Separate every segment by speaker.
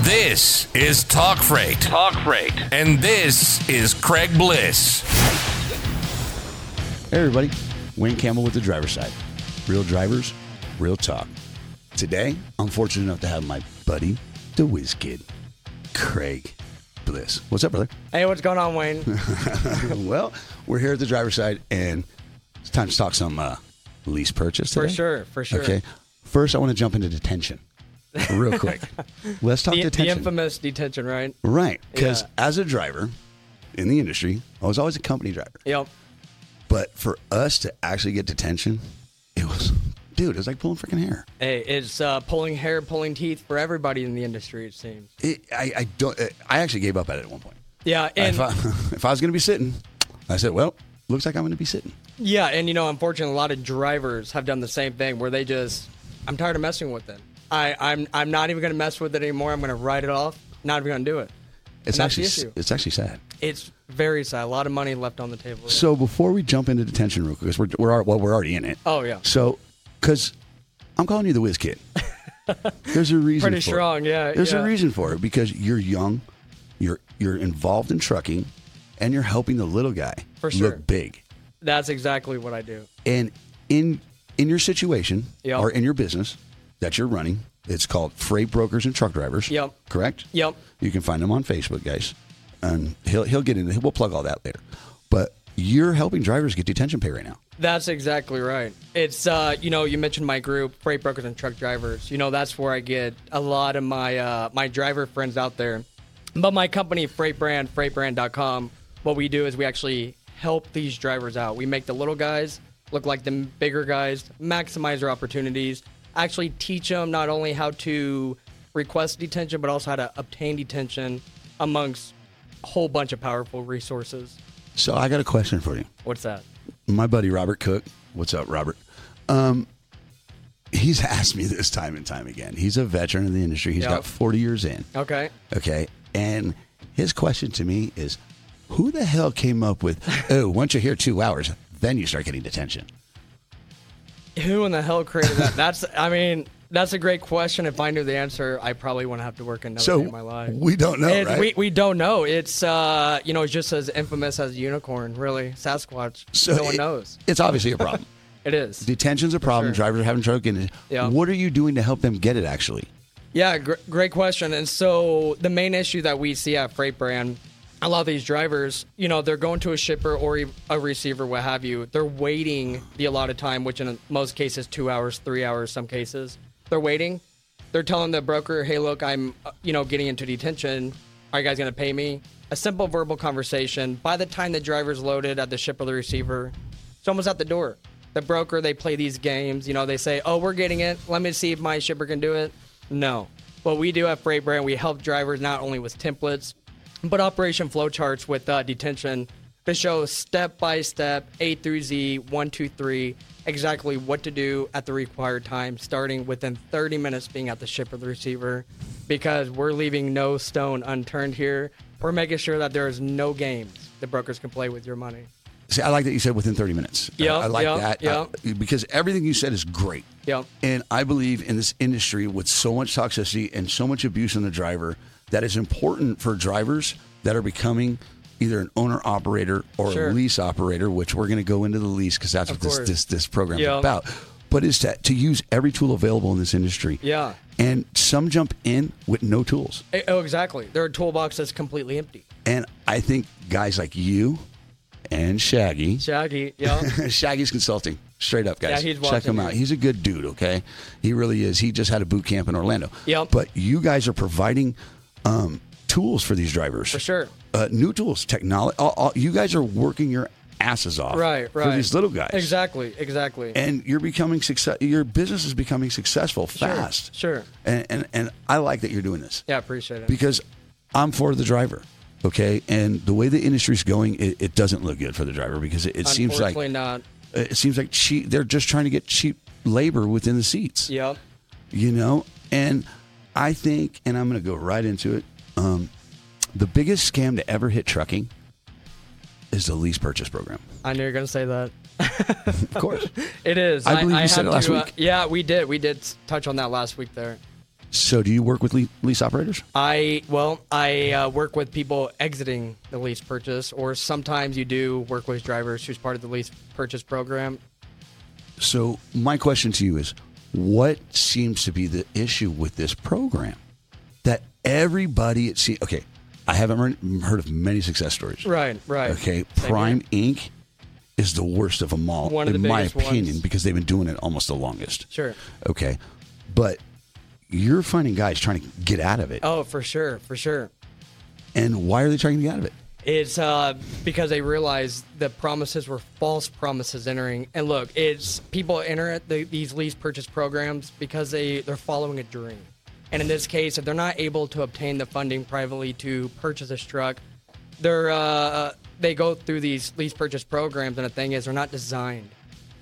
Speaker 1: This is Talk Freight,
Speaker 2: Talk Freight.
Speaker 1: and this is Craig Bliss.
Speaker 3: Hey, everybody. Wayne Campbell with the driver's side. Real drivers, real talk. Today, I'm fortunate enough to have my buddy, the whiz kid, Craig Bliss. What's up, brother?
Speaker 4: Hey, what's going on, Wayne?
Speaker 3: well, we're here at the driver's side, and it's time to talk some uh, lease purchase
Speaker 4: For
Speaker 3: today.
Speaker 4: sure, for sure.
Speaker 3: Okay. First, I want to jump into detention real quick. Let's talk
Speaker 4: The, the
Speaker 3: detention.
Speaker 4: infamous detention, right?
Speaker 3: right. Because
Speaker 4: Yeah.
Speaker 3: as a driver in the industry, I was always a company driver.
Speaker 4: Yep.
Speaker 3: But for us to actually get detention, it was, dude, it was like pulling freaking hair.
Speaker 4: Hey, it's uh, pulling hair, pulling teeth for everybody in the industry, it seems.
Speaker 3: It, I, I don't. I actually gave up at it at one point.
Speaker 4: Yeah, and
Speaker 3: if, I, if I was going to be sitting, I said, "Well, looks like I'm going to be sitting."
Speaker 4: yeah, and you know, unfortunately, a lot of drivers have done the same thing where they just, I'm tired of messing with it. I, I'm, I'm not even gonna mess with it anymore. I'm gonna write it off. Not even gonna do it.
Speaker 3: It's
Speaker 4: And that's the
Speaker 3: actually
Speaker 4: issue.
Speaker 3: it's actually sad.
Speaker 4: It's very sad. A lot of money left on the table.
Speaker 3: So before we jump into detention real quick, because we're, we're al- well, we're already in it.
Speaker 4: Oh, yeah.
Speaker 3: So, because I'm calling you the whiz kid. There's a reason.
Speaker 4: Pretty
Speaker 3: for
Speaker 4: strong,
Speaker 3: It.
Speaker 4: yeah,
Speaker 3: There's a
Speaker 4: yeah.
Speaker 3: reason for it because you're young, you're you're involved in trucking, and you're helping the little guy
Speaker 4: For sure.
Speaker 3: look big.
Speaker 4: That's exactly what I do.
Speaker 3: And in in your situation
Speaker 4: Yep.
Speaker 3: or in your business that you're running, it's called Freight Brokers and Truck Drivers.
Speaker 4: Yep.
Speaker 3: Correct?
Speaker 4: Yep.
Speaker 3: You can find him on Facebook, guys. And he'll he'll get into we'll plug all that later. But you're helping drivers get detention pay right now.
Speaker 4: That's exactly right. It's uh, you know, you mentioned my group, freight brokers and truck drivers. You know, that's where I get a lot of my uh, my driver friends out there. But my company, Freight Brand, FreightBrand.com, what we do is we actually help these drivers out. We make the little guys look like the bigger guys, maximize their opportunities, actually teach them not only how to request detention, but also how to obtain detention amongst a whole bunch of powerful resources.
Speaker 3: So I got a question for you.
Speaker 4: What's that?
Speaker 3: My buddy Robert Cook. What's up, Robert? Um he's asked me this time and time again. He's a veteran in the industry. He's
Speaker 4: Yep.
Speaker 3: got 40 years in.
Speaker 4: Okay.
Speaker 3: Okay. And his question to me is who the hell came up with, oh, once you're here two hours, then you start getting detention?
Speaker 4: Who in the hell created that? That's, I mean, that's a great question. If I knew the answer, I probably wouldn't have to work another day
Speaker 3: So
Speaker 4: in my life.
Speaker 3: we don't know,
Speaker 4: It's-
Speaker 3: right?
Speaker 4: we, we don't know. It's, uh, you know, it's just as infamous as a unicorn, really. Sasquatch.
Speaker 3: so
Speaker 4: no one
Speaker 3: it-
Speaker 4: knows.
Speaker 3: It's obviously a problem.
Speaker 4: It is.
Speaker 3: Detention's a problem.
Speaker 4: sure.
Speaker 3: Drivers are having trouble getting it.
Speaker 4: Yeah.
Speaker 3: What are you doing to help them get it, actually?
Speaker 4: Yeah, gr- great question. And so the main issue that we see at Freight Brand, a lot of these drivers, you know, they're going to a shipper or e- a receiver, what have you. They're waiting the allotted time, which in most cases, two hours, three hours, some cases. They're waiting. They're telling the broker, hey, look, I'm, uh, you know, getting into detention. Are you guys going to pay me? A simple verbal conversation. By the time the driver's loaded at the shipper or the receiver, it's almost at the door. The broker, they play these games. You know, they say, oh, we're getting it. Let me see if my shipper can do it. No. What we do at Freight Brand, we help drivers not only with templates, but operation flow charts with uh, detention to show step by step, A through Z, one, two, three, exactly what to do at the required time, starting within 30 minutes being at the shipper, the receiver, because we're leaving no stone unturned here. We're making sure that there is no games the brokers can play with your money.
Speaker 3: See, I like that you said within 30 minutes. I-
Speaker 4: Yeah,
Speaker 3: I like
Speaker 4: yeah,
Speaker 3: that.
Speaker 4: yeah.
Speaker 3: I- because everything you said is great.
Speaker 4: Yeah.
Speaker 3: And I believe in this industry with so much toxicity and so much abuse on the driver that it's important for drivers that are becoming either an owner operator or
Speaker 4: Sure.
Speaker 3: a lease operator, which we're going to go into the lease because that's
Speaker 4: Of
Speaker 3: what this,
Speaker 4: course.
Speaker 3: this this program is
Speaker 4: Yeah.
Speaker 3: about. But is to, to use every tool available in this industry.
Speaker 4: Yeah.
Speaker 3: And some jump in with no tools.
Speaker 4: Eh, Oh, exactly. Their toolbox is completely empty.
Speaker 3: And I think guys like you and Shaggy,
Speaker 4: Shaggy, yeah.
Speaker 3: Shaggy's consulting. Straight up, guys.
Speaker 4: Yeah, he's
Speaker 3: Check
Speaker 4: watching
Speaker 3: him
Speaker 4: you.
Speaker 3: out. He's a good dude, okay? He really is. He just had a boot camp in Orlando.
Speaker 4: Yep.
Speaker 3: But you guys are providing um, tools for these drivers.
Speaker 4: For sure.
Speaker 3: Uh, new tools, technology. All, all, you guys are working your asses off
Speaker 4: right, right.
Speaker 3: for these little guys.
Speaker 4: Exactly, exactly.
Speaker 3: And you're becoming success. Your business is becoming successful fast.
Speaker 4: sure.
Speaker 3: And, and, and I like that you're doing this
Speaker 4: yeah, appreciate it.
Speaker 3: because I'm for the driver. Okay, and the way the industry's going, it, it doesn't look good for the driver because it, it seems like
Speaker 4: Unfortunately not.
Speaker 3: Uh, it seems like cheap. They're just trying to get cheap labor within the seats.
Speaker 4: Yep.
Speaker 3: You know, and I think, and I'm going to go right into it. Um, the biggest scam to ever hit trucking is the lease purchase program.
Speaker 4: I knew you were gonna say that.
Speaker 3: Of course.
Speaker 4: It is.
Speaker 3: I believe you
Speaker 4: had
Speaker 3: said it last
Speaker 4: to, uh,
Speaker 3: week.
Speaker 4: yeah, we did. We did touch on that last week there.
Speaker 3: So, do you work with le- lease operators?
Speaker 4: I well, I uh, work with people exiting the lease purchase, or sometimes you do work with drivers who's part of the lease purchase program.
Speaker 3: So, my question to you is what seems to be the issue with this program that everybody at see okay, I haven't heard- heard of many success stories.
Speaker 4: Right, right.
Speaker 3: Okay,
Speaker 4: Same here.
Speaker 3: Prime Inc is the worst of them all
Speaker 4: One of
Speaker 3: in
Speaker 4: the
Speaker 3: my
Speaker 4: biggest
Speaker 3: opinion
Speaker 4: ones.
Speaker 3: because they've been doing it almost the longest.
Speaker 4: Sure.
Speaker 3: Okay. But you're finding guys trying to get out of it.
Speaker 4: Oh, for sure, for sure.
Speaker 3: And why are they trying to get out of it?
Speaker 4: It's uh, because they realized the promises were false promises entering. And look, it's people enter at the, these lease purchase programs because they they're following a dream. And in this case, if they're not able to obtain the funding privately to purchase this truck, they're uh, they go through these lease purchase programs. And the thing is, they're not designed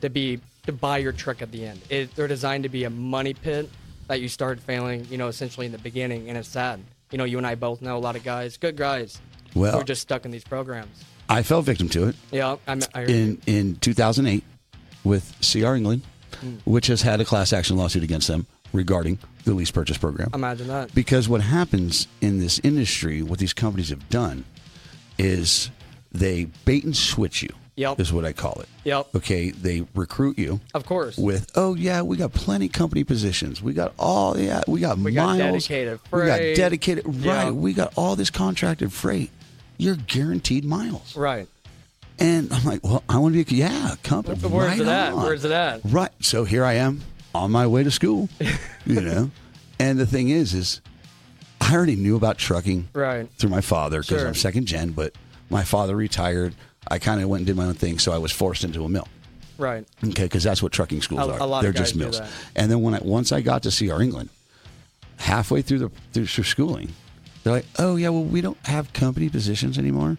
Speaker 4: to be to buy your truck at the end. It, they're designed to be a money pit that you start failing, you know, essentially in the beginning. And it's sad. You know, you and I both know a lot of guys, good guys,
Speaker 3: Well-
Speaker 4: who are just stuck in these programs.
Speaker 3: I fell victim to it.
Speaker 4: Yeah, I'm, I heard
Speaker 3: in in 2008 with CR England,
Speaker 4: Hmm.
Speaker 3: which has had a class action lawsuit against them regarding the lease purchase program.
Speaker 4: Imagine that.
Speaker 3: Because what happens in this industry, what these companies have done, is they bait and switch you.
Speaker 4: Yep.
Speaker 3: Is what I call it.
Speaker 4: Yep.
Speaker 3: Okay. They recruit you.
Speaker 4: Of course.
Speaker 3: With oh yeah, we got plenty company positions. We got all yeah, we got
Speaker 4: got
Speaker 3: miles.
Speaker 4: dedicated
Speaker 3: We got
Speaker 4: freight.
Speaker 3: dedicated
Speaker 4: Yeah.
Speaker 3: right. We got all this contracted freight. You're guaranteed miles.
Speaker 4: Right.
Speaker 3: And I'm like, well, I want to be, a, yeah, company.
Speaker 4: Wh- where's
Speaker 3: right
Speaker 4: it at?
Speaker 3: on.
Speaker 4: Where's it at?
Speaker 3: Right. So here I am on my way to school, you know. And the thing is, is I already knew about trucking
Speaker 4: Right.
Speaker 3: through my father because
Speaker 4: Sure.
Speaker 3: I'm second gen, but my father retired. I kind of went and did my own thing, so I was forced into a mill.
Speaker 4: Right.
Speaker 3: Okay, because that's what trucking schools
Speaker 4: A-
Speaker 3: are.
Speaker 4: a lot of
Speaker 3: They're just
Speaker 4: guys do
Speaker 3: mills.
Speaker 4: that.
Speaker 3: And then when I once I got to CR England, halfway through the through, through schooling, they're like, "Oh yeah, well we don't have company positions anymore,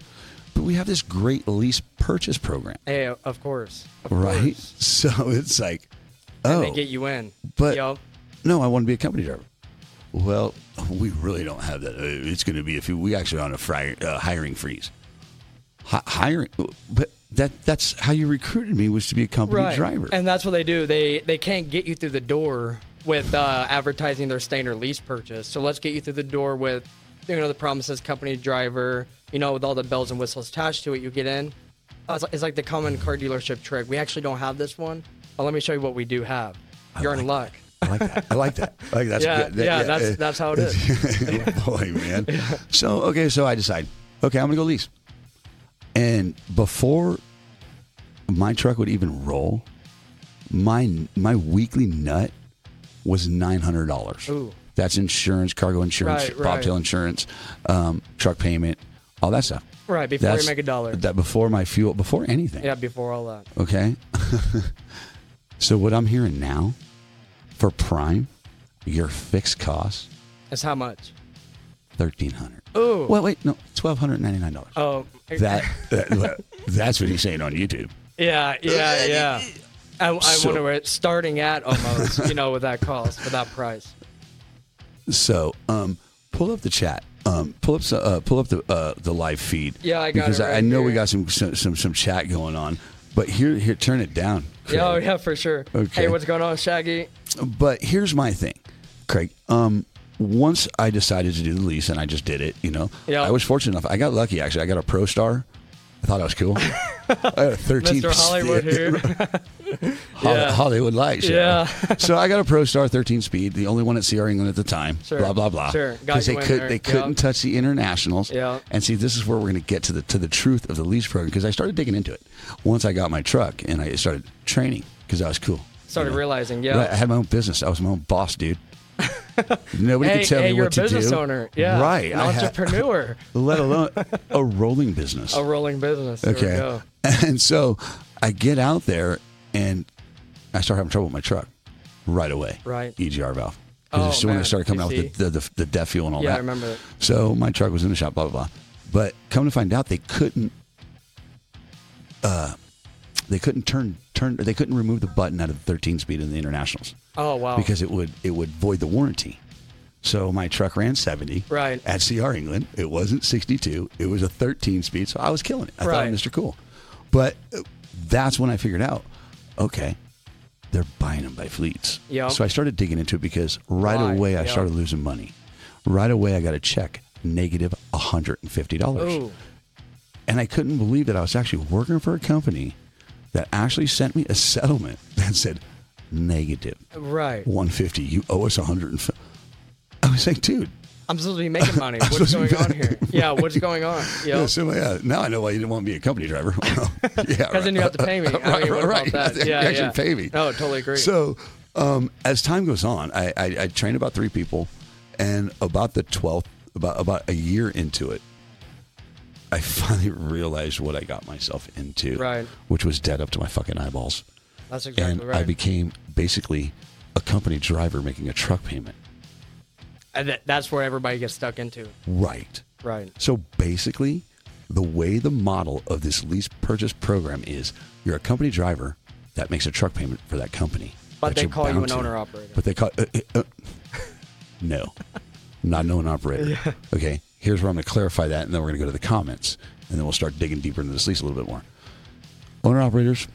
Speaker 3: but we have this great lease purchase program,
Speaker 4: Hey, of course. Of
Speaker 3: right?"
Speaker 4: course.
Speaker 3: So it's like,
Speaker 4: And
Speaker 3: "Oh,
Speaker 4: they get you in.
Speaker 3: but
Speaker 4: Yup.
Speaker 3: no, I want to be a company driver." Well, we really don't have that. Uh, It's going to be a few. We actually are on a fri- uh, hiring freeze. Hi- hiring, but that that's how you recruited me was to be a company
Speaker 4: right.
Speaker 3: driver.
Speaker 4: And that's what they do. They they can't get you through the door with uh, advertising their standard lease purchase. So let's get you through the door with you know the promises company driver. You know with all the bells and whistles attached to it, you get in. Uh, It's, it's like the common car dealership trick. We actually don't have this one, but let me show you what we do have. You're in luck.
Speaker 3: I like that. I like that. I like that's
Speaker 4: Yeah,
Speaker 3: good. That- uh,
Speaker 4: yeah, that's that's how it is.
Speaker 3: boy, man. So okay, so I decide. Okay, I'm gonna go lease. And before my truck would even roll, my my weekly nut was nine hundred dollars.
Speaker 4: Ooh.
Speaker 3: That's insurance, cargo insurance,
Speaker 4: Right, right.
Speaker 3: bobtail insurance, um, truck payment, all that stuff.
Speaker 4: Right, before you
Speaker 3: That's-
Speaker 4: make a dollar.
Speaker 3: That before my fuel, before anything.
Speaker 4: Yeah, before all that.
Speaker 3: Okay. so what I'm hearing now for Prime, your fixed cost
Speaker 4: That's how much.
Speaker 3: thirteen hundred.
Speaker 4: Ooh.
Speaker 3: Well, wait, no, twelve hundred ninety nine dollars.
Speaker 4: Oh,
Speaker 3: That, that that's what he's saying on YouTube.
Speaker 4: eh, Yeah, yeah, yeah. I, I
Speaker 3: So-
Speaker 4: wonder where it's starting at almost, you know, with that cost, with that price.
Speaker 3: So, um, pull up the chat. Um, pull up so- uh, pull up the uh, the live feed.
Speaker 4: Yeah, I got it
Speaker 3: because I, I
Speaker 4: right
Speaker 3: know we
Speaker 4: here.
Speaker 3: got some, some some some chat going on. But here here turn it down. Craig.
Speaker 4: Yeah, oh, yeah, for sure.
Speaker 3: Okay.
Speaker 4: Hey, what's going on, Shaggy?
Speaker 3: but here's my thing, Craig. Um, once I decided to do the lease, and I just did it. You know,
Speaker 4: Yeah.
Speaker 3: I was fortunate enough. I got lucky actually. I got a pro star. I thought I was cool. I got a thirteen.
Speaker 4: Mr. Hollywood here.
Speaker 3: Hol-
Speaker 4: Yeah.
Speaker 3: Hollywood lights.
Speaker 4: Yeah.
Speaker 3: so I got a Pro Star 13 speed, the only one at CR England at the time.
Speaker 4: Sure.
Speaker 3: Blah blah blah.
Speaker 4: Sure. Got
Speaker 3: Because they
Speaker 4: you in
Speaker 3: could
Speaker 4: there.
Speaker 3: they
Speaker 4: Yeah.
Speaker 3: couldn't touch the internationals.
Speaker 4: Yeah.
Speaker 3: And see, this is where we're going to get to the to the truth of the lease program because I started digging into it once I got my truck and I started training because I was cool.
Speaker 4: Started
Speaker 3: You know?
Speaker 4: realizing, yeah.
Speaker 3: Right, I had my own business. I was my own boss, dude. Nobody
Speaker 4: Hey,
Speaker 3: could tell
Speaker 4: hey,
Speaker 3: me
Speaker 4: you're
Speaker 3: what
Speaker 4: a business
Speaker 3: to do.
Speaker 4: owner. Yeah.
Speaker 3: Right.
Speaker 4: An
Speaker 3: I had-
Speaker 4: entrepreneur.
Speaker 3: let alone a rolling business.
Speaker 4: a rolling business. There we
Speaker 3: Okay.
Speaker 4: go.
Speaker 3: And so I get out there and I start having trouble with my truck right away.
Speaker 4: Right.
Speaker 3: EGR valve.
Speaker 4: Oh,
Speaker 3: Because when I
Speaker 4: man.
Speaker 3: started coming
Speaker 4: You
Speaker 3: out with the, the, the, the death fuel and all
Speaker 4: Yeah, I
Speaker 3: that.
Speaker 4: remember that.
Speaker 3: So my truck was in the shop, blah, blah, blah. But come to find out, they couldn't. Uh, they couldn't turn turn. They couldn't remove the button out of the 13 speed in the internationals
Speaker 4: Oh, wow.
Speaker 3: because it would it would void the warranty. So my truck ran 70
Speaker 4: Right.
Speaker 3: at CR England. It wasn't 62. It was a 13 speed. So I was killing it. I thought
Speaker 4: Right.
Speaker 3: I'm Mr. Cool. But uh, that's when I figured out, okay, they're buying them by fleets.
Speaker 4: Yep.
Speaker 3: So I started digging into it because right
Speaker 4: Why?
Speaker 3: away I
Speaker 4: Yep.
Speaker 3: started losing money. Right away I got a check negative $150.
Speaker 4: Ooh,
Speaker 3: And I couldn't believe that I was actually working for a company that actually sent me a settlement that said negative
Speaker 4: right.
Speaker 3: 150. You owe us 150. I was like, dude.
Speaker 4: I'm supposed to be making money.
Speaker 3: I'm
Speaker 4: What's
Speaker 3: supposed
Speaker 4: going
Speaker 3: to
Speaker 4: on
Speaker 3: be-
Speaker 4: here? Yeah, what's going on?
Speaker 3: Yeah,
Speaker 4: Yeah.
Speaker 3: so yeah, now I know why you didn't want to be a company driver. Well, yeah,
Speaker 4: Because then you have to pay me.
Speaker 3: Right,
Speaker 4: I mean, what
Speaker 3: right,
Speaker 4: about
Speaker 3: right.
Speaker 4: that?
Speaker 3: You
Speaker 4: Yeah,
Speaker 3: actually
Speaker 4: yeah.
Speaker 3: pay me.
Speaker 4: No, totally agree.
Speaker 3: So, um, as time goes on, I, I, I trained about three people, and about the twelfth, about about a year into it, I finally realized what I got myself into,
Speaker 4: Right.
Speaker 3: Which was dead up to my fucking eyeballs,
Speaker 4: That's exactly
Speaker 3: and
Speaker 4: right.
Speaker 3: I became basically a company driver making a truck payment,
Speaker 4: And that, that's where everybody gets stuck into.
Speaker 3: right?
Speaker 4: Right.
Speaker 3: So basically, the way the model of this lease purchase program is you're a company driver that makes a truck payment for that company.
Speaker 4: But
Speaker 3: that
Speaker 4: they
Speaker 3: you're
Speaker 4: call you
Speaker 3: bound
Speaker 4: an
Speaker 3: to.
Speaker 4: owner-operator.
Speaker 3: But they call. Uh, uh, uh, no, not an owner operator. Okay, here's where I'm going to clarify that, and then we're going to go to the comments, and then we'll start digging deeper into this lease a little bit more. Owner operators,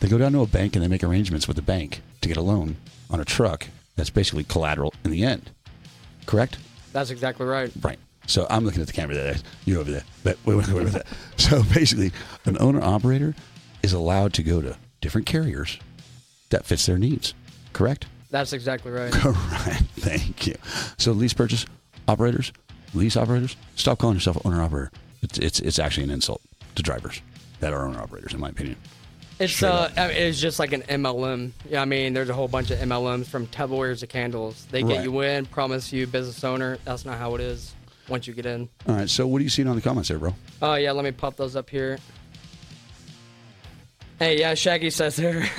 Speaker 3: they go down to a bank and they make arrangements with the bank to get a loan on a truck that's basically collateral in the end. Correct?
Speaker 4: That's exactly right.
Speaker 3: Right. So I'm looking at the camera there. You're over there. But wait, wait, wait, wait, wait. So basically, an owner operator is allowed to go to different carriers that fits their needs. Correct?
Speaker 4: That's exactly right.
Speaker 3: Correct. Thank you. So lease purchase operators, lease operators, stop calling yourself owner operator. It's, it's it's actually an insult to drivers that are owner operators, in my opinion.
Speaker 4: It's
Speaker 3: Straight
Speaker 4: uh,
Speaker 3: up.
Speaker 4: I mean, it's just like an MLM. Yeah, I mean, there's a whole bunch of MLMs from Tupperwares to candles. They get
Speaker 3: Right.
Speaker 4: you in, promise you business owner. That's not how it is. Once you get in.
Speaker 3: All right. So what are you seeing on the comments there, bro?
Speaker 4: Oh yeah, let me pop those up here. Hey, yeah, Shaggy says there.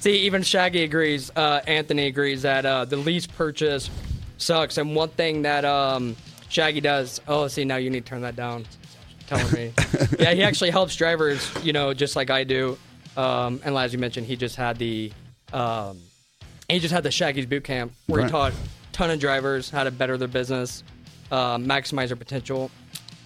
Speaker 4: See, even Shaggy agrees. Uh, Anthony agrees that uh, the lease purchase sucks. And one thing that um, Shaggy does. Oh, see, now you need to turn that down. Telling me. yeah, he actually helps drivers. You know, just like I do. Um, and as you mentioned, he just had the um, he just had the Shaggy's boot camp where
Speaker 3: Right.
Speaker 4: he taught ton of drivers how to better their business, uh, maximize their potential.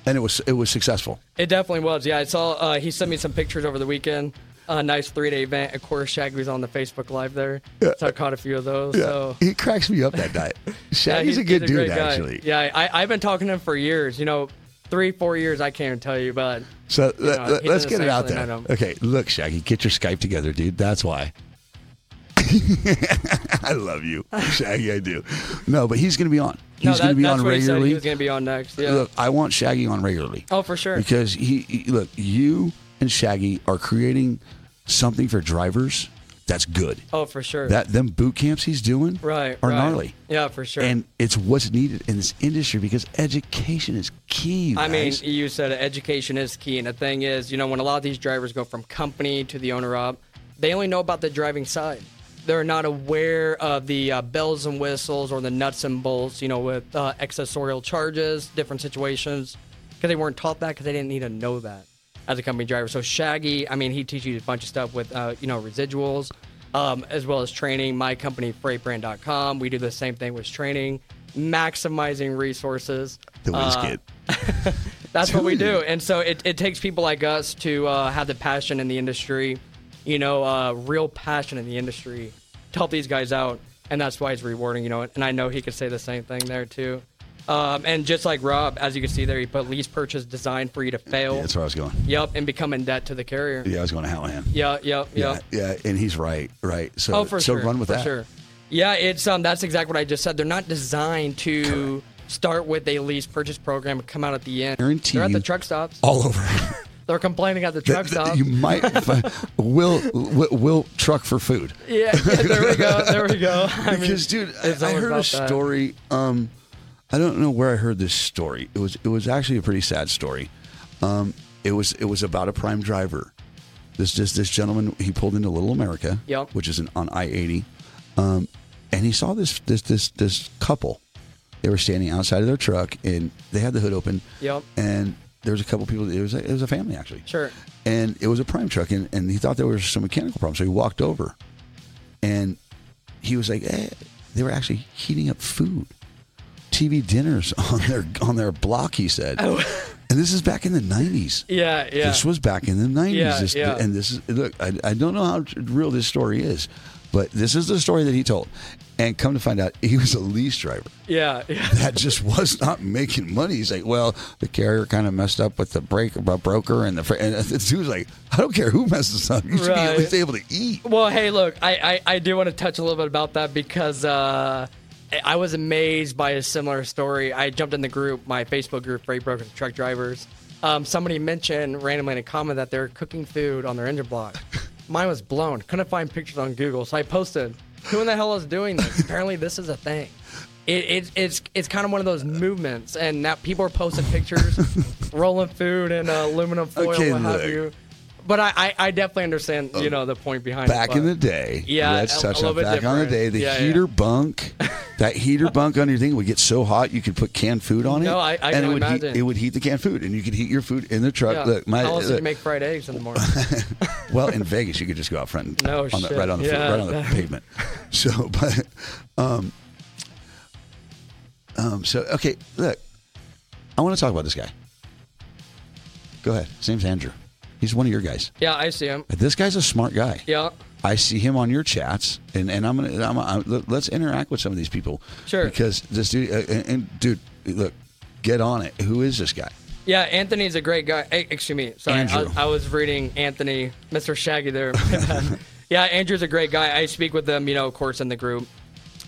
Speaker 3: And it was it was successful.
Speaker 4: It definitely was. Yeah, I saw. Uh, he sent me some pictures over the weekend. A nice three-day event. Of course, Shaggy was on the Facebook Live there, so I caught a few of those. So.
Speaker 3: He cracks me up that guy.
Speaker 4: Yeah,
Speaker 3: Shaggy's a good dude,
Speaker 4: great guy.
Speaker 3: actually.
Speaker 4: Yeah, I, I've been talking to him for years. You know, three, four years. I can't even tell you, but
Speaker 3: So let,
Speaker 4: know,
Speaker 3: let-
Speaker 4: he
Speaker 3: let's
Speaker 4: doesn't
Speaker 3: get it out
Speaker 4: actually
Speaker 3: there.
Speaker 4: know them.
Speaker 3: Okay, look, Shaggy, get your Skype together, dude. That's why. I love you, Shaggy. I do. No, but he's going to be on. He's
Speaker 4: no,
Speaker 3: going to
Speaker 4: that-
Speaker 3: be
Speaker 4: that's
Speaker 3: on
Speaker 4: what he said
Speaker 3: regularly.
Speaker 4: He was going to be on next. Yeah.
Speaker 3: Look, I want Shaggy on regularly.
Speaker 4: oh, for sure.
Speaker 3: Because he, he- look, you and Shaggy are creating something for drivers that's good.
Speaker 4: Oh, for sure.
Speaker 3: That them boot camps he's doing
Speaker 4: right.
Speaker 3: are
Speaker 4: right.
Speaker 3: gnarly.
Speaker 4: Yeah, for sure.
Speaker 3: And it's what's needed in this industry because education is key.
Speaker 4: I mean,
Speaker 3: guys.
Speaker 4: you said education is key, and the thing is, you know, when a lot of these drivers go from company to the owner op, they only know about the driving side. They're not aware of the uh, bells and whistles or the nuts and bolts, you know, with uh, accessorial charges, different situations, because they weren't taught that because they didn't need to know that as a company driver. So Shaggy, I mean, he teaches you a bunch of stuff with, uh, you know, residuals, um, as well as training. My company, freightbrand.com, we do the same thing with training, maximizing resources.
Speaker 3: the whiz
Speaker 4: Uh,
Speaker 3: kid.
Speaker 4: that's what we
Speaker 3: Dude.
Speaker 4: do. And so it, it takes people like us to uh, have the passion in the industry, you know, uh, real passion in the industry to help these guys out. And that's why it's rewarding, you know. And I know he could say the same thing there, too. Um, and just like Rob, as you can see there, he put lease purchase design for you to fail.
Speaker 3: That's where I was going.
Speaker 4: Yep. And become in debt to the carrier.
Speaker 3: Yeah, I was going to Hallahan.
Speaker 4: Yeah. Yep. Yep.
Speaker 3: yeah, and he's right, right. So,
Speaker 4: Oh, for
Speaker 3: so
Speaker 4: sure.
Speaker 3: run with
Speaker 4: for
Speaker 3: that.
Speaker 4: Sure. Yeah, it's um that's exactly what I just said. They're not designed to start with a lease purchase program and come out at the end.
Speaker 3: Guarantee
Speaker 4: They're at the
Speaker 3: you-
Speaker 4: truck stops.
Speaker 3: All over.
Speaker 4: They're complaining at the truck stop.
Speaker 3: you might fi- will will will truck for food.
Speaker 4: yeah, yeah, there we go. There we go. I mean,
Speaker 3: Because, dude,
Speaker 4: it's
Speaker 3: I, I
Speaker 4: all
Speaker 3: heard a
Speaker 4: about that.
Speaker 3: story. Um, I don't know where I heard this story. It was it was actually a pretty sad story. Um, it was it was about a prime driver. This this this gentleman he pulled into Little America,
Speaker 4: Yep.
Speaker 3: which is an, on I eighty, um, and he saw this this this this couple. They were standing outside of their truck and they had the hood open.
Speaker 4: Yep.
Speaker 3: And there was a couple people. It was a, it was a family actually.
Speaker 4: Sure.
Speaker 3: And it was a prime truck, and, and he thought there was some mechanical problem, so he walked over and he was like, eh, they were actually heating up food, TV dinners on their on their block. He said, and this is back in the nineties.
Speaker 4: Yeah, Oh. yeah.
Speaker 3: This was back in the nineties.
Speaker 4: Yeah,
Speaker 3: this,
Speaker 4: yeah.
Speaker 3: And this is look, I, I don't know how real this story is, But this is the story that he told. And come to find out, he was a lease driver
Speaker 4: Yeah, yeah.
Speaker 3: that just was not making money. He's like, well, the carrier kind of messed up with the break, uh, broker and the fr-. and the dude's like, I don't care who messes up. You should be at
Speaker 4: Right.
Speaker 3: least able to eat.
Speaker 4: Well, hey, look, I, I, I do want to touch a little bit about that because uh, I- I was amazed by a similar story. I jumped in the group, my Facebook group, Freight Brokers and Truck Drivers. Um, somebody mentioned randomly in a comment that they're cooking food on their engine block. Mine was blown. Couldn't find pictures on Google, so I posted, "Who in the hell is doing this?" Apparently, this is a thing. It, it, it's it's kind of one of those movements, and now people are posting pictures, rolling food in uh, aluminum foil,
Speaker 3: Okay,
Speaker 4: what
Speaker 3: look.
Speaker 4: have you. But I, I, I definitely understand, you know, the point behind it,
Speaker 3: Um, Back in the
Speaker 4: but-
Speaker 3: day,
Speaker 4: Yeah,
Speaker 3: let's
Speaker 4: a- a
Speaker 3: touch
Speaker 4: little
Speaker 3: on
Speaker 4: bit
Speaker 3: back on the
Speaker 4: different.
Speaker 3: day, the
Speaker 4: Yeah, yeah.
Speaker 3: heater bunk, that heater bunk on your thing would get so hot you could put canned food on it.
Speaker 4: No, I-
Speaker 3: and
Speaker 4: I can
Speaker 3: it would Heat,
Speaker 4: imagine.
Speaker 3: it would heat the canned food, and you could heat your food in the truck.
Speaker 4: Yeah.
Speaker 3: Look, my
Speaker 4: How else did
Speaker 3: look,
Speaker 4: you make fried eggs in the morning?
Speaker 3: well, in Vegas, you could just go out front and
Speaker 4: No
Speaker 3: on the,
Speaker 4: shit.
Speaker 3: right on the
Speaker 4: Yeah.
Speaker 3: right on the pavement. So, but um, um, so okay. Look, I want to talk about this guy. Go ahead. His name's Andrew. He's one of your guys.
Speaker 4: yeah, I see him.
Speaker 3: This guy's a smart guy.
Speaker 4: Yeah.
Speaker 3: I see him on your chats, and, and I'm gonna I'm, I'm, let- let's interact with some of these people.
Speaker 4: Sure.
Speaker 3: Because this dude, uh, and, and dude, look, get on it. Who is this guy?
Speaker 4: Yeah, Anthony's a great guy. Eh, excuse me. Sorry, I,
Speaker 3: Andrew.
Speaker 4: I was reading Anthony, Mr. Shaggy there. My bad. yeah, Andrew's a great guy. I speak with him, you know, of course, in the group.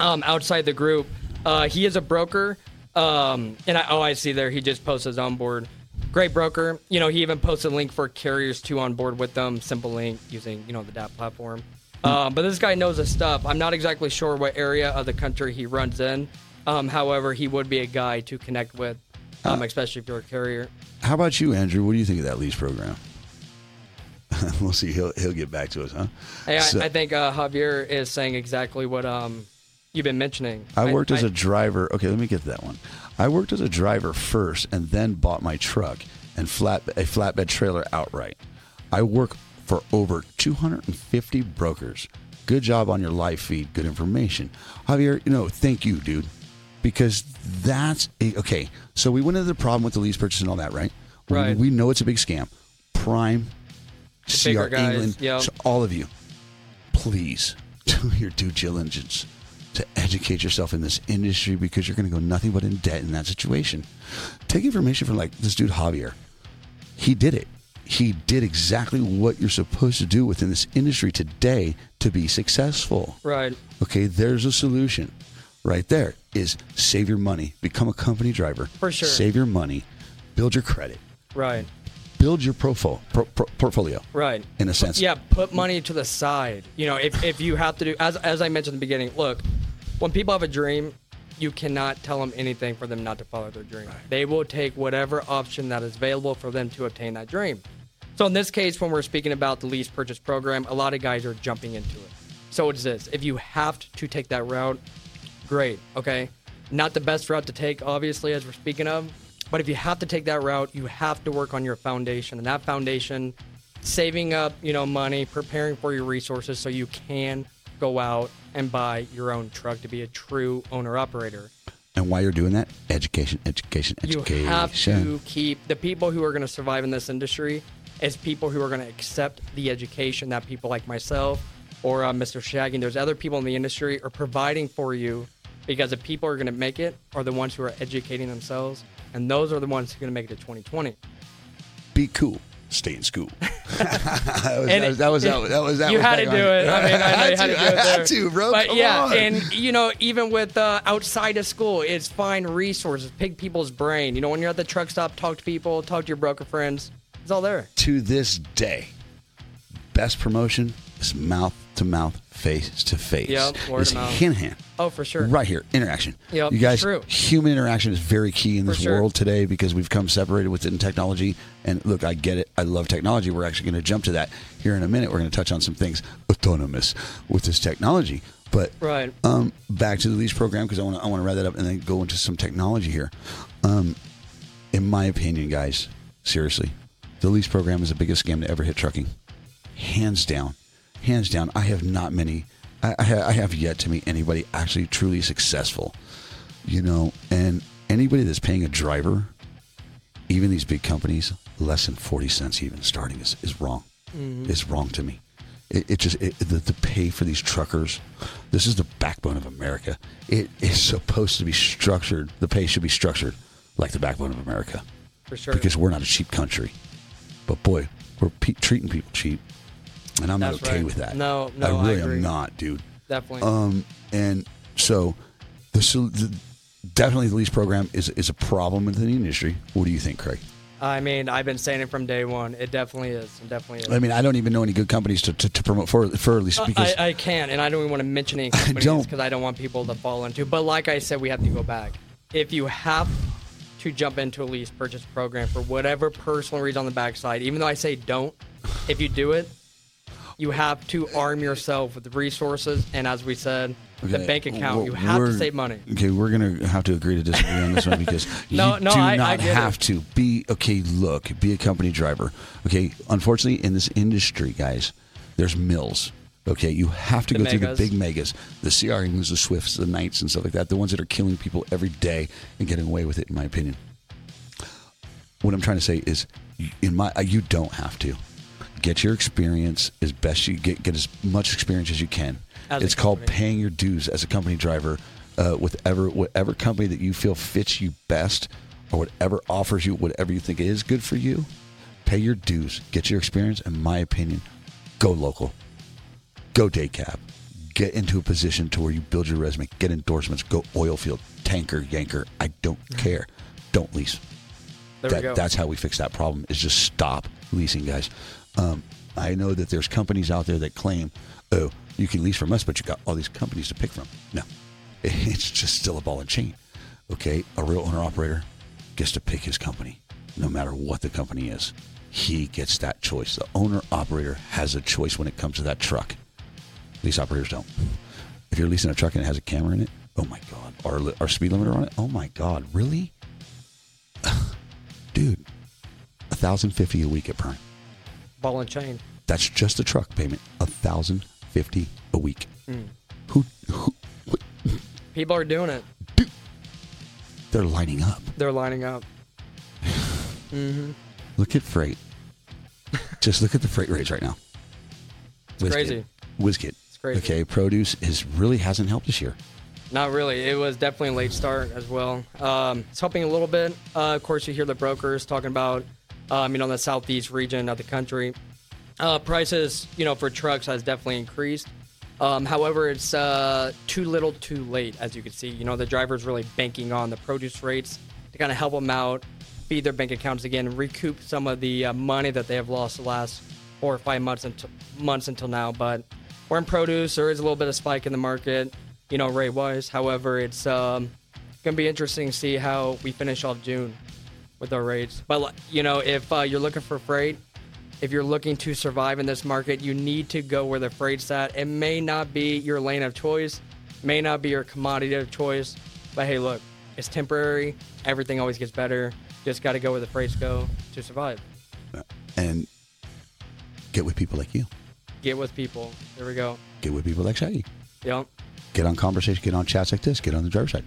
Speaker 4: Um, outside the group, uh, he is a broker. Um, and I, oh, I see there. He just posts his onboard. Great broker. You know, he even posted a link for carriers to onboard with them. Simple link using, you know, the DAP platform. Um, but this guy knows his stuff. I'm not exactly sure what area of the country he runs in. Um, however, he would be a guy to connect with, um, especially if you're a carrier.
Speaker 3: How about you, Andrew? What do you think of that lease program? we'll see. He'll he'll get back to us, huh?
Speaker 4: Hey, I,
Speaker 3: So,
Speaker 4: I think uh, Javier is saying exactly what um, you've been mentioning.
Speaker 3: I worked as a driver. Okay, let me get to that one. I worked as a driver first, and then bought my truck and flat a flatbed trailer outright. I work for over 250 brokers. Good job on your live feed. Good information, Javier. You know, thank you, dude, because that's a, okay. So we went into the problem with the lease purchase and all that, right? We-
Speaker 4: Right.
Speaker 3: We, know it's a big scam. Prime,
Speaker 4: bigger
Speaker 3: CR
Speaker 4: guys,
Speaker 3: England,
Speaker 4: yeah.
Speaker 3: so all of you, please do your due diligence to educate yourself in this industry because you're going to go nothing but in debt in that situation. Take information from like this dude Javier. He did it. He did exactly what you're supposed to do within this industry today to be successful.
Speaker 4: right.
Speaker 3: Okay, there's a solution. Right there is save your money, become a company driver.
Speaker 4: For sure.
Speaker 3: Save your money, build your credit,
Speaker 4: Right.
Speaker 3: build your profo- pro- pro- portfolio.
Speaker 4: Right.
Speaker 3: In a sense.
Speaker 4: Yeah, put money to the side. You know, if, if you have to do, as, as I mentioned in the beginning, look, when people have a dream, you cannot tell them anything for them not to follow their dream. They will take whatever option that is available for them to obtain that dream. So in this case, when we're speaking about the lease purchase program, a lot of guys are jumping into it. So it's this: if you have to take that route, great. Okay, not the best route to take, obviously, as we're speaking of. But if you have to take that route, you have to work on your foundation, and that foundation, saving up, you know, money, preparing for your resources, so you can go out and buy your own truck to be a true owner operator.
Speaker 3: And while you're doing that, education, education,
Speaker 4: You
Speaker 3: education.
Speaker 4: have to keep the people who are going to survive in this industry is people who are going to accept the education that people like myself or uh, Mr. Shaggy, and there's other people in the industry are providing for you because the people who are going to make it are the ones who are educating themselves, and those are the ones who are going to make it to 2020.
Speaker 3: Be cool. Stay in school. that was
Speaker 4: And
Speaker 3: that was that was, that was, that was that
Speaker 4: you
Speaker 3: was
Speaker 4: had to
Speaker 3: back
Speaker 4: do
Speaker 3: on.
Speaker 4: it. I mean, I know you
Speaker 3: had
Speaker 4: had to do
Speaker 3: I
Speaker 4: it.
Speaker 3: had
Speaker 4: there.
Speaker 3: to, bro.
Speaker 4: But
Speaker 3: Come
Speaker 4: yeah,
Speaker 3: on.
Speaker 4: and you know, even with uh, outside of school, it's find resources, pick people's brain. You know, when you're at the truck stop, talk to people, talk to your broker friends. It's all there.
Speaker 3: to this day, best promotion is mouth to mouth, face to face.
Speaker 4: Yep, word
Speaker 3: It's
Speaker 4: of mouth.
Speaker 3: hand in hand.
Speaker 4: Oh, for sure.
Speaker 3: Right here, interaction.
Speaker 4: Yep,
Speaker 3: you guys,
Speaker 4: true.
Speaker 3: human interaction is very key in this
Speaker 4: sure.
Speaker 3: world today because we've come separated within technology. And look, I get it. I love technology. We're actually going to jump to that here in a minute. We're going to touch on some things autonomous with this technology. But
Speaker 4: Right.
Speaker 3: um, back to the lease program because I want to I want to wrap that up and then go into some technology here. Um, in my opinion, guys, seriously, the lease program is the biggest scam to ever hit trucking, hands down, hands down. I have not many. I, I, ha- I have yet to meet anybody actually truly successful, you know. And anybody that's paying a driver, even
Speaker 4: Mm-hmm.
Speaker 3: these big companies, less than forty cents even starting is is wrong. It's wrong to me. It, it just it, the, the pay for these truckers. This is the backbone of America. It is supposed to be structured. The pay should be structured like the backbone of America
Speaker 4: for sure.
Speaker 3: because we're not a cheap country. But boy, we're pe- treating people cheap, and I'm not
Speaker 4: That's
Speaker 3: okay
Speaker 4: right.
Speaker 3: with that.
Speaker 4: No, no,
Speaker 3: I
Speaker 4: I
Speaker 3: really
Speaker 4: agree.
Speaker 3: am not, dude.
Speaker 4: Definitely.
Speaker 3: Um, and so the, sol- the definitely the lease program is is a problem within the industry. What do you think, Craig?
Speaker 4: I mean, I've been saying it from day one. It definitely is. It definitely is.
Speaker 3: I mean, I don't even know any good companies to, to, to promote for for lease because
Speaker 4: Uh, I, I can't, and I don't even want to mention any companies
Speaker 3: don't.
Speaker 4: because I don't want people to fall into. But like I said, we have to go back. If you have to jump into a lease purchase program for whatever personal reason on the backside, even though I say don't, if you do it, you have to arm yourself with resources and, as we said, the
Speaker 3: Okay,
Speaker 4: bank account.
Speaker 3: well,
Speaker 4: you have to
Speaker 3: we're-
Speaker 4: save money.
Speaker 3: Okay, we're gonna have to agree to disagree on this one because
Speaker 4: No,
Speaker 3: you
Speaker 4: no,
Speaker 3: do
Speaker 4: I- I
Speaker 3: not
Speaker 4: get it.
Speaker 3: have to be okay. Look, be a company driver. Okay, unfortunately, in this industry, guys, there's mills. Okay, you have to
Speaker 4: The
Speaker 3: go
Speaker 4: megas.
Speaker 3: through the big megas, the CRUs, the Swifts, the Knights, and stuff like that. The ones that are killing people every day and getting away with it, in my opinion. What I'm trying to say is, in my, you don't have to. Get your experience as best you get. Get as much experience as you can.
Speaker 4: As a
Speaker 3: it's called
Speaker 4: company.
Speaker 3: paying your dues as a company driver uh, with ever whatever company that you feel fits you best or whatever offers you whatever you think is good for you pay your dues get your experience in my opinion go local go day cab get into a position to where you build your resume get endorsements go oil field tanker yanker i don't
Speaker 4: Mm.
Speaker 3: care don't lease
Speaker 4: There we go.
Speaker 3: that, that's how we fix that problem is just stop leasing guys um, i know that there's companies out there that claim oh you can lease from us but you got all these companies to pick from no it's just still a ball and chain okay a real owner operator gets to pick his company no matter what the company is he gets that choice the owner operator has a choice when it comes to that truck lease operators don't. If you're leasing a truck and it has a camera in it, oh my god, our li- our speed limiter on it, oh my god, really, dude, a thousand fifty a week at Prime.
Speaker 4: Ball and chain.
Speaker 3: That's just the truck payment, a thousand fifty a week.
Speaker 4: Mm.
Speaker 3: Who, who, what,
Speaker 4: People are doing it.
Speaker 3: they're lining up.
Speaker 4: They're lining up.
Speaker 3: Look at freight. Just look at the freight rates right now. It's
Speaker 4: crazy.
Speaker 3: WizKid.
Speaker 4: It's crazy.
Speaker 3: Okay, produce is really hasn't helped this year.
Speaker 4: Not really. It was definitely a late start as well. Um, it's helping a little bit. Uh, of course, you hear the brokers talking about, um, you know, the southeast region of the country. Uh, prices, you know, for trucks has definitely increased. Um, however, it's uh, too little, too late, as you can see. You know, the driver's really banking on the produce rates to kind of help them out, feed their bank accounts again, recoup some of the uh, money that they have lost the last four or five months until, months until now. But we're in produce. There is a little bit of spike in the market, you know, rate wise. However, it's um, going to be interesting to see how we finish off June with our rates. But, like, you know, if uh, you're looking for freight, if you're looking to survive in this market, you need to go where the freight's at. It may not be your lane of choice, may not be your commodity of choice, but hey, look, it's temporary. Everything always gets better. Just got to go where the freights go to survive.
Speaker 3: And get with people like you.
Speaker 4: Get with people. There we go.
Speaker 3: Get with people like Shaggy.
Speaker 4: Yep.
Speaker 3: get on conversation, get on chats like this, get on the driver's side,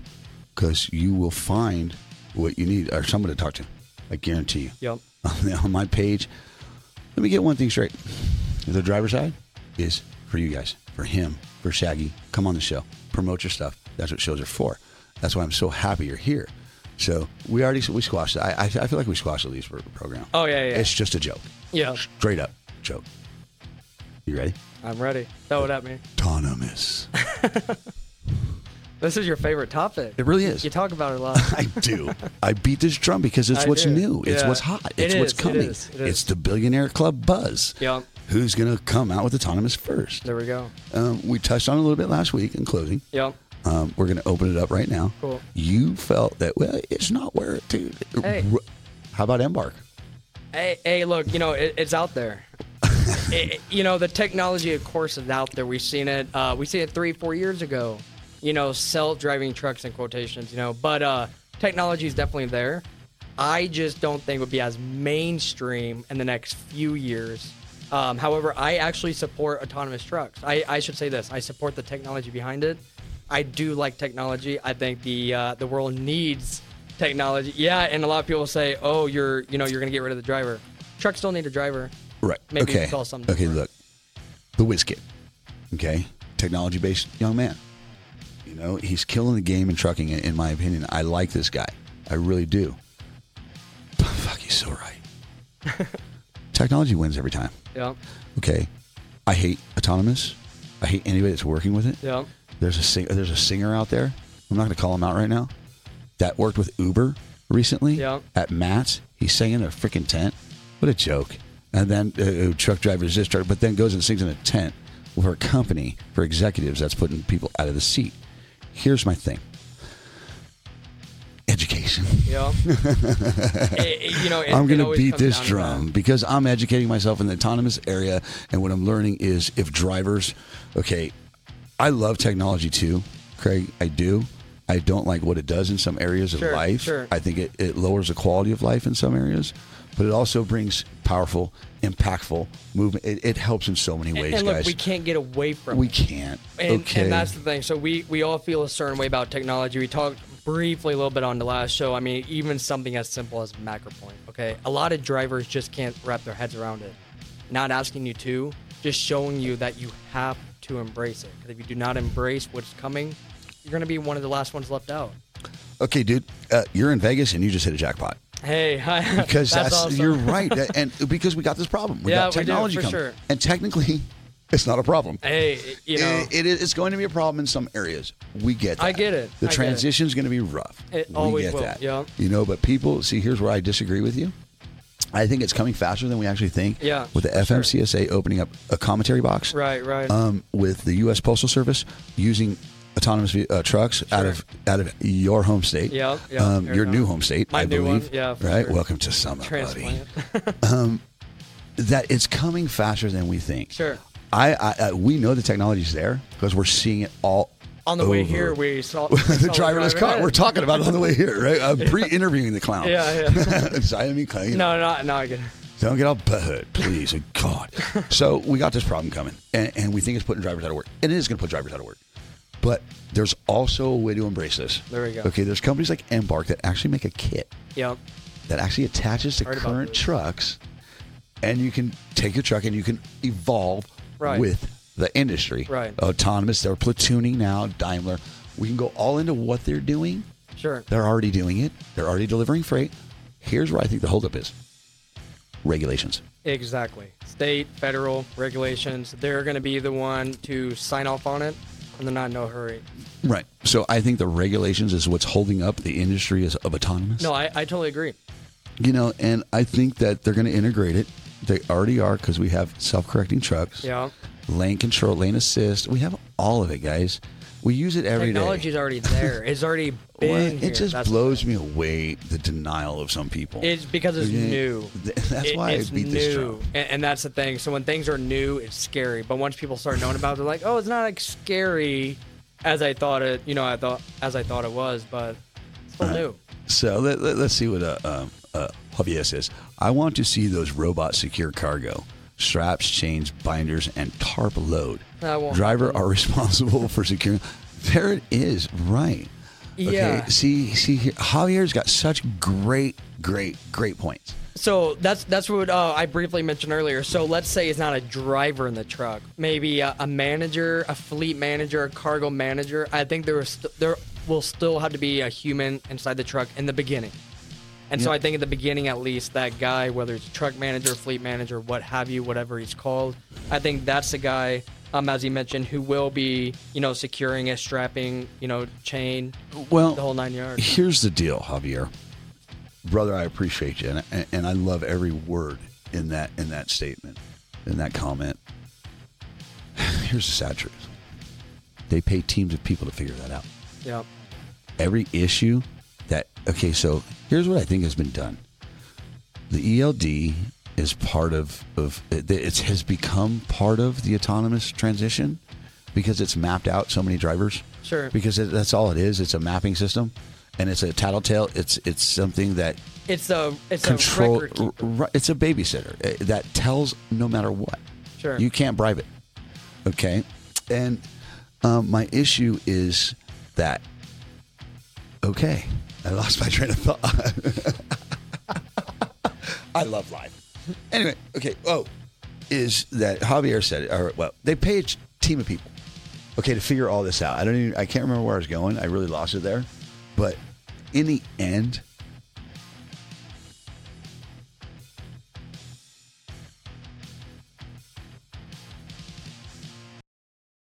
Speaker 3: because you will find what you need or someone to talk to. I guarantee you.
Speaker 4: Yep.
Speaker 3: on my page, let me get one thing straight: the driver's side is for you guys, for him, for Shaggy. Come on the show, promote your stuff. That's what shows are for. That's why I'm so happy you're here. So we already we squashed it. I, I, I feel like we squashed the lease program.
Speaker 4: Oh, yeah, yeah.
Speaker 3: It's just a joke,
Speaker 4: Yeah.
Speaker 3: straight up joke. You ready?
Speaker 4: I'm ready. Throw it at me.
Speaker 3: Autonomous.
Speaker 4: This is your favorite topic.
Speaker 3: It really is.
Speaker 4: You talk about it a lot.
Speaker 3: I do. I beat this drum because it's
Speaker 4: I
Speaker 3: what's
Speaker 4: do.
Speaker 3: new. It's
Speaker 4: Yeah.
Speaker 3: what's hot.
Speaker 4: It
Speaker 3: It's what's
Speaker 4: is, it
Speaker 3: coming.
Speaker 4: is, it is.
Speaker 3: It's the billionaire club buzz.
Speaker 4: Yeah.
Speaker 3: Who's going to come out with autonomous first?
Speaker 4: There we go.
Speaker 3: Um, we touched on it a little bit last week in closing.
Speaker 4: Yep.
Speaker 3: Um, we're going to open it up right now.
Speaker 4: Cool.
Speaker 3: You felt that, well, it's not where it, dude.
Speaker 4: Hey.
Speaker 3: r- How about Embark?
Speaker 4: Hey, hey, look, you know, it, it's out there. It- it- Eh, you know, the technology, of course, is out there. We've seen it. Uh, we seen it three, four years ago. You know, self-driving trucks in quotations. You know, but uh, technology is definitely there. I just don't think it would be as mainstream in the next few years. Um, however, I actually support autonomous trucks. I, I should say this: I support the technology behind it. I do like technology. I think the uh, the world needs technology. Yeah, and a lot of people say, "Oh, you're you know you're gonna get rid of the driver." Trucks still need a driver.
Speaker 3: Right.
Speaker 4: Maybe
Speaker 3: okay.
Speaker 4: it's all something
Speaker 3: okay,
Speaker 4: different.
Speaker 3: look. the whiz kid. Okay, technology based young man. You know, he's killing the game in trucking. In in my opinion, I like this guy. I really do. But fuck, he's so right. technology wins every time.
Speaker 4: Yeah.
Speaker 3: Okay, I hate autonomous. I hate anybody that's working with it.
Speaker 4: Yeah.
Speaker 3: There's a sing- there's a singer out there. I'm not going to call him out right now. That worked with Uber recently
Speaker 4: Yep.
Speaker 3: at Matt's. He sang in a freaking tent. What a joke! And then uh, uh, truck drivers this truck, but then goes and sings in a tent for a company for executives that's putting people out of the seat. Here's my thing: education.
Speaker 4: Yeah. It- it- you know, it-
Speaker 3: I'm
Speaker 4: it
Speaker 3: going to
Speaker 4: always
Speaker 3: beat
Speaker 4: comes
Speaker 3: this
Speaker 4: down to
Speaker 3: drum because I'm educating myself in the autonomous area. And what I'm learning is if drivers, okay, I love technology too, Craig. I do. I don't like what it does in some areas of
Speaker 4: Sure,
Speaker 3: life.
Speaker 4: sure.
Speaker 3: I think it, it lowers the quality of life in some areas, but it also brings powerful, impactful movement. It, it helps in so many
Speaker 4: that.
Speaker 3: ways,
Speaker 4: And look,
Speaker 3: guys.
Speaker 4: we can't get away from
Speaker 3: We
Speaker 4: it.
Speaker 3: can't.
Speaker 4: And,
Speaker 3: okay.
Speaker 4: and that's the thing. So we we all feel a certain way about technology. We talked briefly a little bit on the last show. I mean, even something as simple as MacroPoint. Okay, a lot of drivers just can't wrap their heads around it. Not asking you to, just showing you that you have to embrace it. 'Cause if you do not embrace what's coming, you're gonna be one of the last ones left out.
Speaker 3: okay, dude, uh, you're in Vegas and you just hit a jackpot.
Speaker 4: Hey, hi.
Speaker 3: because that's,
Speaker 4: awesome.
Speaker 3: you're right, That- and because we got this problem, we got
Speaker 4: Yeah, we do,
Speaker 3: technology
Speaker 4: for
Speaker 3: coming,
Speaker 4: sure.
Speaker 3: and technically, it's not a problem.
Speaker 4: Hey, you know.
Speaker 3: It- it is, it's going to be a problem in some areas. We get that.
Speaker 4: I get it.
Speaker 3: The
Speaker 4: I get it.
Speaker 3: transition's going to be rough.
Speaker 4: It
Speaker 3: we
Speaker 4: always
Speaker 3: get
Speaker 4: will,
Speaker 3: that.
Speaker 4: yeah.
Speaker 3: You know, but people, see, here's where I disagree with you. I think it's coming faster than we actually think.
Speaker 4: Yeah,
Speaker 3: With the
Speaker 4: for sure.
Speaker 3: FMCSA opening up a commentary box.
Speaker 4: Right, right.
Speaker 3: Um, with the U.S. Postal Service using autonomous ve- uh, trucks out of out of your home state.
Speaker 4: Yeah, yeah,
Speaker 3: Um, your
Speaker 4: Arizona.
Speaker 3: new home state,
Speaker 4: My
Speaker 3: I
Speaker 4: new
Speaker 3: believe.
Speaker 4: one, yeah, for
Speaker 3: Right.
Speaker 4: sure.
Speaker 3: Welcome to summer, buddy
Speaker 4: Transplant.
Speaker 3: that it's coming faster than we think.
Speaker 4: Sure.
Speaker 3: I, I, I we know the technology's there because we're seeing it all
Speaker 4: On the way
Speaker 3: over.
Speaker 4: here, we saw we saw
Speaker 3: the driverless
Speaker 4: driver-
Speaker 3: car. We're talking about it on the way here, right? I'm pre-interviewing the clown.
Speaker 4: Yeah, yeah.
Speaker 3: I mean, clown.
Speaker 4: No, no, no. I get it.
Speaker 3: Don't get all butthurt, please. oh, God. So we got this problem coming, and, and we think it's putting drivers out of work, and it is going to put drivers out of work. But there's also a way to embrace this.
Speaker 4: There we go.
Speaker 3: Okay, there's companies like Embark that actually make a kit
Speaker 4: Yeah.
Speaker 3: that actually attaches to
Speaker 4: Heard about
Speaker 3: current
Speaker 4: this.
Speaker 3: trucks, and you can take your truck and you can evolve
Speaker 4: Right.
Speaker 3: with the industry.
Speaker 4: Right.
Speaker 3: Autonomous, they're platooning now, Daimler. We can go all into what they're doing.
Speaker 4: Sure.
Speaker 3: They're already doing it, they're already delivering freight. Here's where I think the holdup is regulations.
Speaker 4: Exactly. State, federal regulations, they're going to be the one to sign off on it, and they're not in no hurry.
Speaker 3: Right. So I think the regulations is what's holding up the industry is of autonomous.
Speaker 4: No, I, I totally agree.
Speaker 3: You know, and I think that they're going to integrate it. They already are because we have self-correcting trucks.
Speaker 4: Yeah.
Speaker 3: Lane control, lane assist. We have all of it, guys. We use it every day.
Speaker 4: Technology's already there. It's already been
Speaker 3: Well,
Speaker 4: here.
Speaker 3: it just
Speaker 4: That's-
Speaker 3: blows me away the denial of some people.
Speaker 4: It's because it's
Speaker 3: Yeah.
Speaker 4: new.
Speaker 3: Th- that's
Speaker 4: It-
Speaker 3: why I
Speaker 4: it's
Speaker 3: beat
Speaker 4: new.
Speaker 3: this drum.
Speaker 4: And, and that's the thing. So when things are new, it's scary. But once people start knowing about it, they're like, "Oh, it's not like scary as I thought it. You know, I thought as I thought it was, but it's still new."
Speaker 3: so let, let, us see what uh, um, uh, Javier says. I want to see those robots secure cargo. Straps, chains, binders, and tarp load.
Speaker 4: That won't
Speaker 3: Driver
Speaker 4: happen.
Speaker 3: are responsible for securing. There it is, right?
Speaker 4: Yeah.
Speaker 3: Okay. See, see, here, Javier's got such great, great, great points.
Speaker 4: So that's that's what uh, I briefly mentioned earlier. So let's say it's not a driver in the truck, maybe a, a manager, a fleet manager, a cargo manager. I think there is st- there will still have to be a human inside the truck in the beginning. And so I think at the beginning, at least, that guy, whether it's truck manager, fleet manager, what have you, whatever he's called, I think that's the guy, um, as he mentioned, who will be, you know, securing a strapping, you know, chain,
Speaker 3: Well,
Speaker 4: the whole nine yards.
Speaker 3: Here's the deal, Javier. Brother, I appreciate you, and, and I love every word in that in that statement, in that comment. Here's the sad truth: they pay teams of people to figure that out.
Speaker 4: Yeah,
Speaker 3: Every issue that okay, so here's what I think has been done: the ELD is part of of it it's- has become part of the autonomous transition because it's mapped out so many drivers
Speaker 4: Sure.
Speaker 3: because it, that's all it is it's a mapping system and it's a tattletale it's it's something that
Speaker 4: it's a it's a
Speaker 3: control
Speaker 4: record keeper.
Speaker 3: r- it's a babysitter uh, that tells no matter what
Speaker 4: Sure.
Speaker 3: you can't bribe it okay and um, my issue is that okay i lost my train of thought i love life anyway okay oh is that Javier said, it, or well, they pay a ch- team of people, okay, to figure all this out. I don't even, I can't remember where I was going. I really lost it there, but in the end,